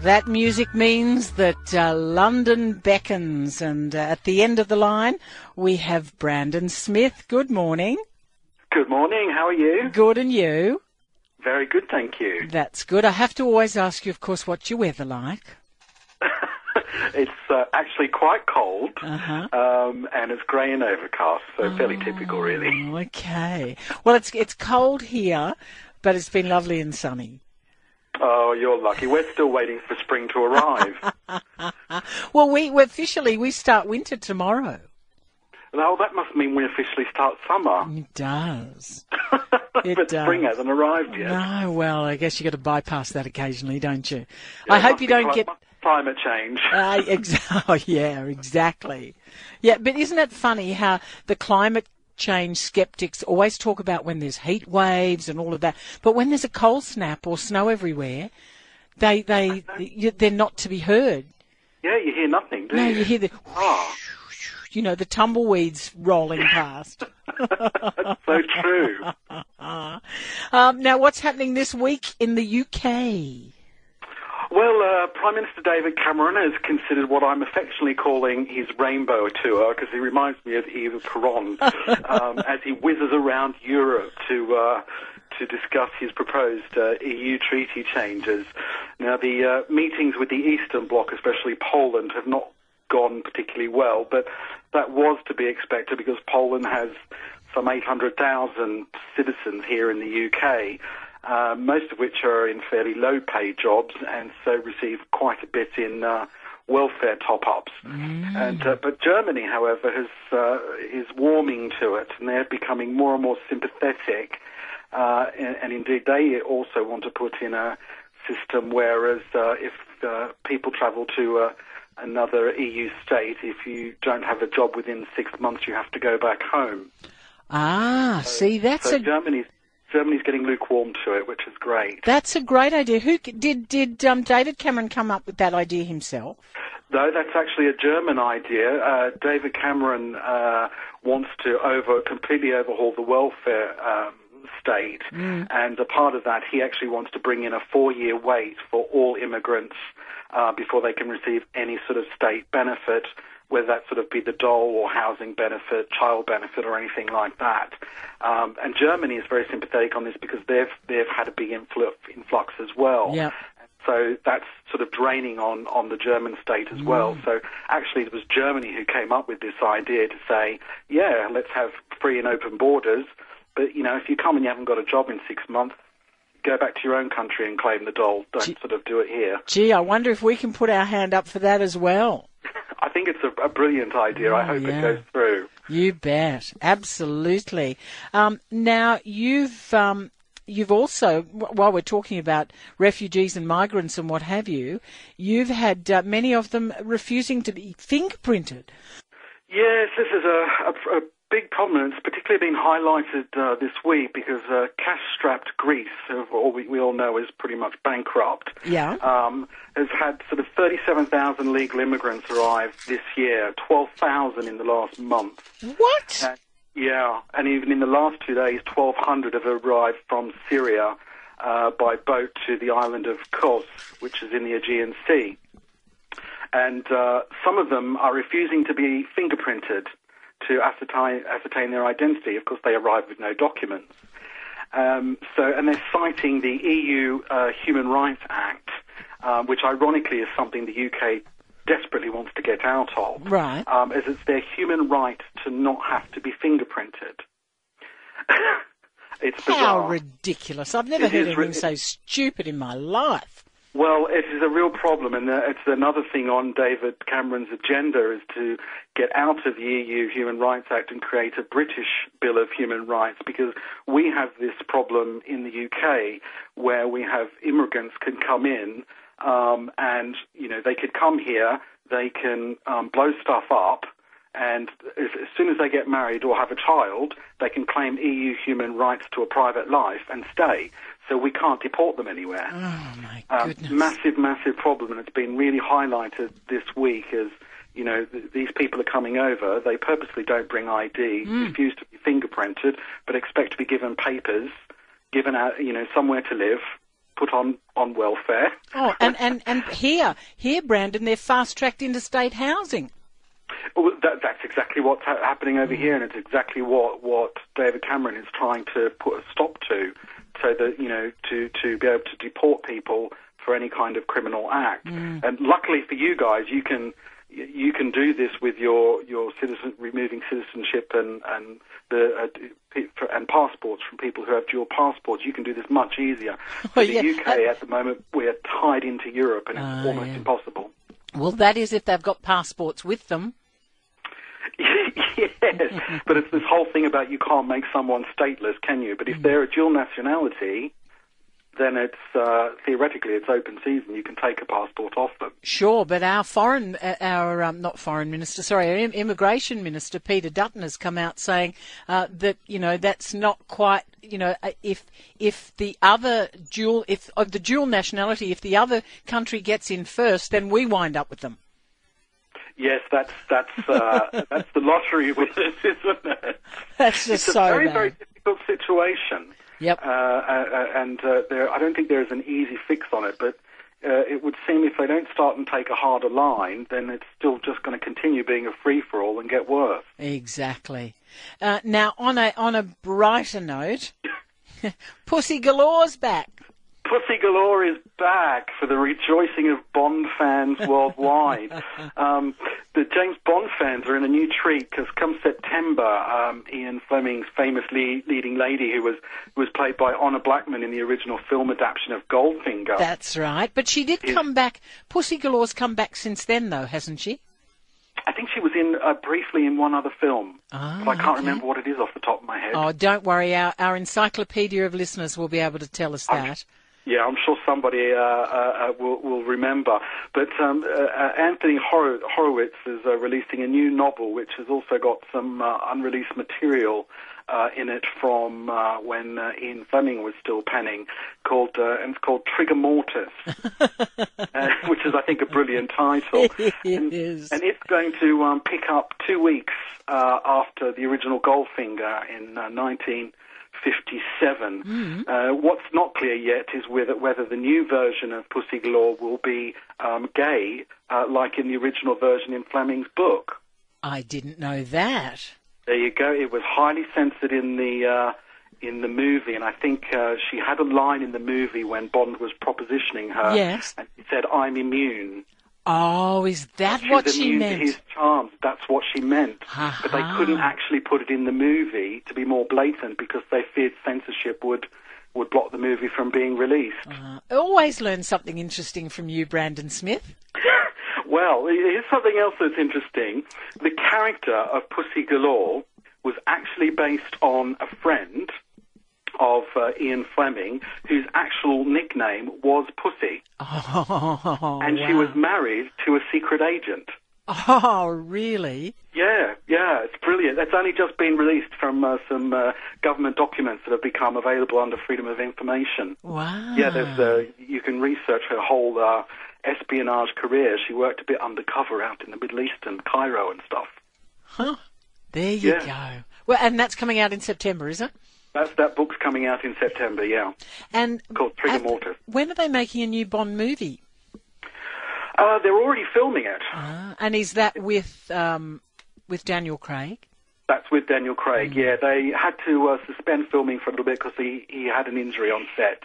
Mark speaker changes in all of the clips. Speaker 1: That music means that uh, London beckons, and uh, at the end of the line we have Brandon Smith. Good morning.
Speaker 2: Good morning. How are you?
Speaker 1: Good, and you?
Speaker 2: Very good, thank you.
Speaker 1: That's good. I have to always ask you, of course, what your weather like.
Speaker 2: It's uh, actually quite cold,
Speaker 1: Uh-huh.
Speaker 2: um, and it's grey and overcast, so fairly typical, really.
Speaker 1: Oh, okay. Well, it's it's cold here, but it's been lovely and sunny.
Speaker 2: Oh, you're lucky. We're still waiting for spring to arrive.
Speaker 1: Well, we we officially we start winter tomorrow.
Speaker 2: now that must mean we officially start summer,
Speaker 1: It does. It
Speaker 2: but spring
Speaker 1: does.
Speaker 2: hasn't arrived yet.
Speaker 1: No, well, I guess you got to bypass that occasionally, don't you?
Speaker 2: Yeah,
Speaker 1: I
Speaker 2: it
Speaker 1: hope
Speaker 2: must
Speaker 1: you
Speaker 2: be
Speaker 1: don't
Speaker 2: cli-
Speaker 1: get.
Speaker 2: must be climate change.
Speaker 1: Uh, ex- oh, yeah, exactly. Yeah, but isn't it funny how the climate change skeptics always talk about when there's heat waves and all of that, but when there's a cold snap or snow everywhere, they they you- they're not to be heard.
Speaker 2: yeah, you hear nothing, do
Speaker 1: No,
Speaker 2: you?
Speaker 1: you hear the
Speaker 2: Ah,
Speaker 1: you know the tumbleweeds rolling past.
Speaker 2: so true.
Speaker 1: Um, now, what's happening this week in the UK?
Speaker 2: Well, uh, Prime Minister David Cameron has considered what I'm affectionately calling his rainbow tour because he reminds me of Eva Peron um, as he whizzes around Europe to uh, to discuss his proposed uh, EU treaty changes. Now, the uh, meetings with the Eastern Bloc, especially Poland, have not gone particularly well, but that was to be expected because Poland has some 800,000 citizens here in the UK, uh, most of which are in fairly low paid jobs and so receive quite a bit in uh, welfare top ups. And uh, but Germany, however, has uh, is warming to it, and they're becoming more and more sympathetic. Uh, and, and indeed, they also want to put in a system whereas uh, if uh, people travel to uh, another EU state, if you don't have a job within six months, you have to go back home.
Speaker 1: Ah, see, that's
Speaker 2: so
Speaker 1: a
Speaker 2: Germany's Germany's getting lukewarm to it, which is great.
Speaker 1: that's a great idea. Who c- did did um, David Cameron come up with that idea himself?
Speaker 2: No, that's actually a German idea. Uh, David Cameron uh, wants to over completely overhaul the welfare um, state, and a part of that, he actually wants to bring in a four-year wait for all immigrants uh, before they can receive any sort of state benefit, whether that sort of be the dole or housing benefit, child benefit, or anything like that. Um, and Germany is very sympathetic on this because they've they've had a big influ- influx as well.
Speaker 1: Yeah.
Speaker 2: So that's sort of draining on, on the German state as well.
Speaker 1: Mm.
Speaker 2: So actually, it was Germany who came up with this idea to say, yeah, let's have free and open borders. But, you know, if you come and you haven't got a job in six months, go back to your own country and claim the dole. Don't sort of do it here.
Speaker 1: Gee, I wonder if we can put our hand up for that as well.
Speaker 2: I think it's a, a brilliant idea. I
Speaker 1: Oh,
Speaker 2: hope
Speaker 1: yeah.
Speaker 2: it goes through.
Speaker 1: You bet, absolutely. Um, now you've um, you've also, wh- while we're talking about refugees and migrants and what have you, you've had uh, many of them refusing to be fingerprinted.
Speaker 2: Yes, this is a, a, a big problem. It's particularly been highlighted uh, this week because uh, cash-strapped Greece, who all we, we all know is pretty much bankrupt,
Speaker 1: Yeah.
Speaker 2: um, has had sort of 37,000 legal immigrants arrive this year, 12,000 in the last month.
Speaker 1: What?
Speaker 2: Uh, yeah, and even in the last two days, 1,200 have arrived from Syria uh, by boat to the island of Kos, which is in the Aegean Sea. And uh, some of them are refusing to be fingerprinted to ascertain, ascertain their identity. Of course, they arrive with no documents. Um, so, and they're citing the EU uh, Human Rights Act, uh, which ironically is something the UK desperately wants to get out of
Speaker 1: Right.
Speaker 2: um, is it's their human right to not have to be fingerprinted. it's bizarre.
Speaker 1: How ridiculous! I've never
Speaker 2: It
Speaker 1: heard
Speaker 2: is
Speaker 1: anything
Speaker 2: rid-
Speaker 1: so stupid in my life.
Speaker 2: well, it is a real problem, and uh, it's another thing on David Cameron's agenda is to get out of the EU Human Rights Act and create a British Bill of Human Rights because we have this problem in the UK where we have immigrants can come in um, and you know they could come here, they can um, blow stuff up, and as, as soon as they get married or have a child, they can claim EU human rights to a private life and stay. So we can't deport them anywhere
Speaker 1: Oh my
Speaker 2: um,
Speaker 1: goodness!
Speaker 2: massive, massive problem, and it's been really highlighted this week as you know th- these people are coming over. They purposely don't bring ID, refuse to be fingerprinted, but expect to be given papers, given out you know somewhere to live, put on on welfare.
Speaker 1: Oh, and, and, and here, here, Brandon, they're fast tracked into state housing.
Speaker 2: Well, that, that's exactly what's ha- happening
Speaker 1: Mm.
Speaker 2: over here, and it's exactly what, what David Cameron is trying to put a stop to, so that you know to to be able to deport people for any kind of criminal act.
Speaker 1: Mm.
Speaker 2: And luckily for you guys, you can y- you can do this with your your citizen removing citizenship and and the uh, d- pe- for- and passports from people who have dual passports. You can do this much easier.
Speaker 1: Oh,
Speaker 2: In the
Speaker 1: yeah.
Speaker 2: UK
Speaker 1: Uh,
Speaker 2: at the moment, we're tied into Europe, and it's
Speaker 1: Oh,
Speaker 2: almost
Speaker 1: yeah.
Speaker 2: impossible.
Speaker 1: Well, that is if they've got passports with them.
Speaker 2: yes, but it's this whole thing about you can't make someone stateless, can you?
Speaker 1: Mm.
Speaker 2: But if they're a dual nationality, then it's uh, theoretically it's open season. You can take a passport off them.
Speaker 1: Sure, but our foreign, uh, our um, not foreign minister, sorry, our im- immigration minister Peter Dutton has come out saying uh, that you know that's not quite you know uh, if if the other dual if of the dual nationality if the other country gets in first then we wind up with them.
Speaker 2: Yes, that's that's uh, that's the lottery with it, isn't it?
Speaker 1: That's just
Speaker 2: It's a
Speaker 1: so
Speaker 2: very
Speaker 1: bad.
Speaker 2: very difficult situation.
Speaker 1: Yep.
Speaker 2: Uh, uh, uh, and uh, there, I don't think there is an easy fix on it, but. Uh, it would seem if they don't start and take a harder line, then it's still just going to continue being a free for all and get worse.
Speaker 1: Exactly. Uh, now on a on a brighter note, Pussy Galore's back.
Speaker 2: Pussy Galore is back for the rejoicing of Bond fans worldwide. um, the James Bond fans are in a new treat because come September, um, Ian Fleming's famous le- leading lady, who was who was played by Honor Blackman in the original film adaptation of Goldfinger.
Speaker 1: That's right. But she did come back. Pussy Galore's come back since then, though, hasn't she?
Speaker 2: I think she was in uh, briefly in one other film,
Speaker 1: Ah,
Speaker 2: but I can't
Speaker 1: okay.
Speaker 2: remember what it is off the top of my head.
Speaker 1: Oh, don't worry. Our, our encyclopedia of listeners will be able to tell us that.
Speaker 2: Yeah, I'm sure somebody uh, uh, uh, will, will remember. But um, uh, uh, Anthony Hor- Horowitz is uh, releasing a new novel, which has also got some uh, unreleased material uh, in it from uh, when uh, Ian Fleming was still penning, called uh, and it's called Trigger Mortis, uh, which is, I think, a brilliant title.
Speaker 1: It
Speaker 2: and,
Speaker 1: is.
Speaker 2: and it's going to um, pick up two weeks uh, after the original Goldfinger in uh, 19- 57.
Speaker 1: Mm-hmm.
Speaker 2: Uh, what's not clear yet is whether, whether the new version of Pussy Galore will be um, gay, uh, like in the original version in Fleming's book.
Speaker 1: I didn't know that.
Speaker 2: There you go. It was highly censored in the uh, in the movie, and I think uh, she had a line in the movie when Bond was propositioning her.
Speaker 1: Yes.
Speaker 2: and she said, "I'm immune."
Speaker 1: Oh, is that
Speaker 2: She
Speaker 1: what
Speaker 2: was
Speaker 1: she
Speaker 2: immune
Speaker 1: meant? Uh-huh.
Speaker 2: to his charms. That's what she meant. But
Speaker 1: Aha.
Speaker 2: they couldn't actually put it in the movie to be more blatant because they feared censorship would would block the movie from being released.
Speaker 1: Uh, I always learn something interesting from you, Brandon Smith.
Speaker 2: Well, here's something else that's interesting. The character of Pussy Galore was actually based on a friend of uh, Ian Fleming, whose actual nickname was Pussy,
Speaker 1: Oh,
Speaker 2: and she
Speaker 1: wow.
Speaker 2: was married to a secret agent.
Speaker 1: Oh, really?
Speaker 2: Yeah, yeah, it's brilliant. That's only just been released from uh, some uh, government documents that have become available under Freedom of Information.
Speaker 1: Wow.
Speaker 2: Yeah, there's uh, you can research her whole uh, espionage career. She worked a bit undercover out in the Middle East and Cairo and stuff.
Speaker 1: Huh? There you
Speaker 2: Yeah.
Speaker 1: go. Well, and that's coming out in September, is it?
Speaker 2: That's that book's coming out in September. Yeah,
Speaker 1: And
Speaker 2: called Trigger
Speaker 1: have-
Speaker 2: Mortis.
Speaker 1: when are they making a new Bond movie?
Speaker 2: Uh, they're already filming it.
Speaker 1: Uh, and is that with um, with Daniel Craig?
Speaker 2: That's with Daniel Craig. Yeah, they had to uh, suspend filming for a little bit because he he had an injury on set.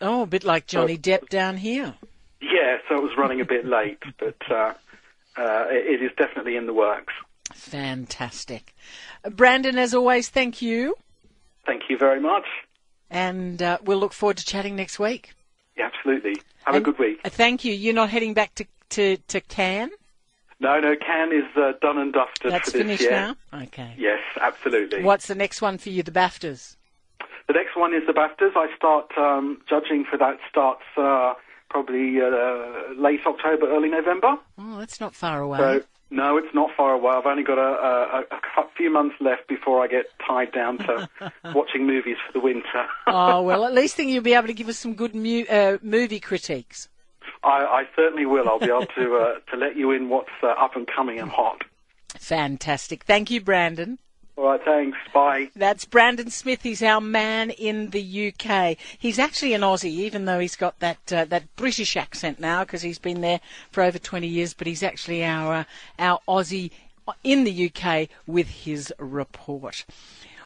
Speaker 1: Oh, a bit like Johnny Depp down here.
Speaker 2: Yeah, so it was running a bit late, but uh, uh, it it is definitely in the works.
Speaker 1: Fantastic. Brandon, as always, thank you.
Speaker 2: Thank you very much.
Speaker 1: And uh, we'll look forward to chatting next week.
Speaker 2: Yeah, absolutely. Have
Speaker 1: And-
Speaker 2: a good week.
Speaker 1: Uh, Thank you. You're not heading back to, to, to Cannes?
Speaker 2: No, no, Can is uh, done and dusted
Speaker 1: That's
Speaker 2: for this
Speaker 1: finished
Speaker 2: year.
Speaker 1: now? Okay.
Speaker 2: Yes, absolutely.
Speaker 1: What's the next one for you? The BAFTAs?
Speaker 2: The next one is the BAFTAs. I start um, judging for that starts uh, probably uh, late October, early November.
Speaker 1: Oh, that's not far away.
Speaker 2: So
Speaker 1: Mm-hmm.
Speaker 2: no, it's not far away. I've only got a, a, a cu- few months left before I get tied down to watching movies for the winter.
Speaker 1: oh, well, at least then you'll be able to give us some good mu- uh, movie critiques.
Speaker 2: I, I certainly will. I'll be able to uh, to let you in what's uh, up and coming and hot.
Speaker 1: Fantastic. Thank you, Brandon.
Speaker 2: All right, thanks. Bye.
Speaker 1: That's Brandon Smith. He's our man in the UK. He's actually an Aussie, even though he's got that uh, that British accent now because he's been there for over 20 years. But he's actually our uh, our Aussie in the UK with his report.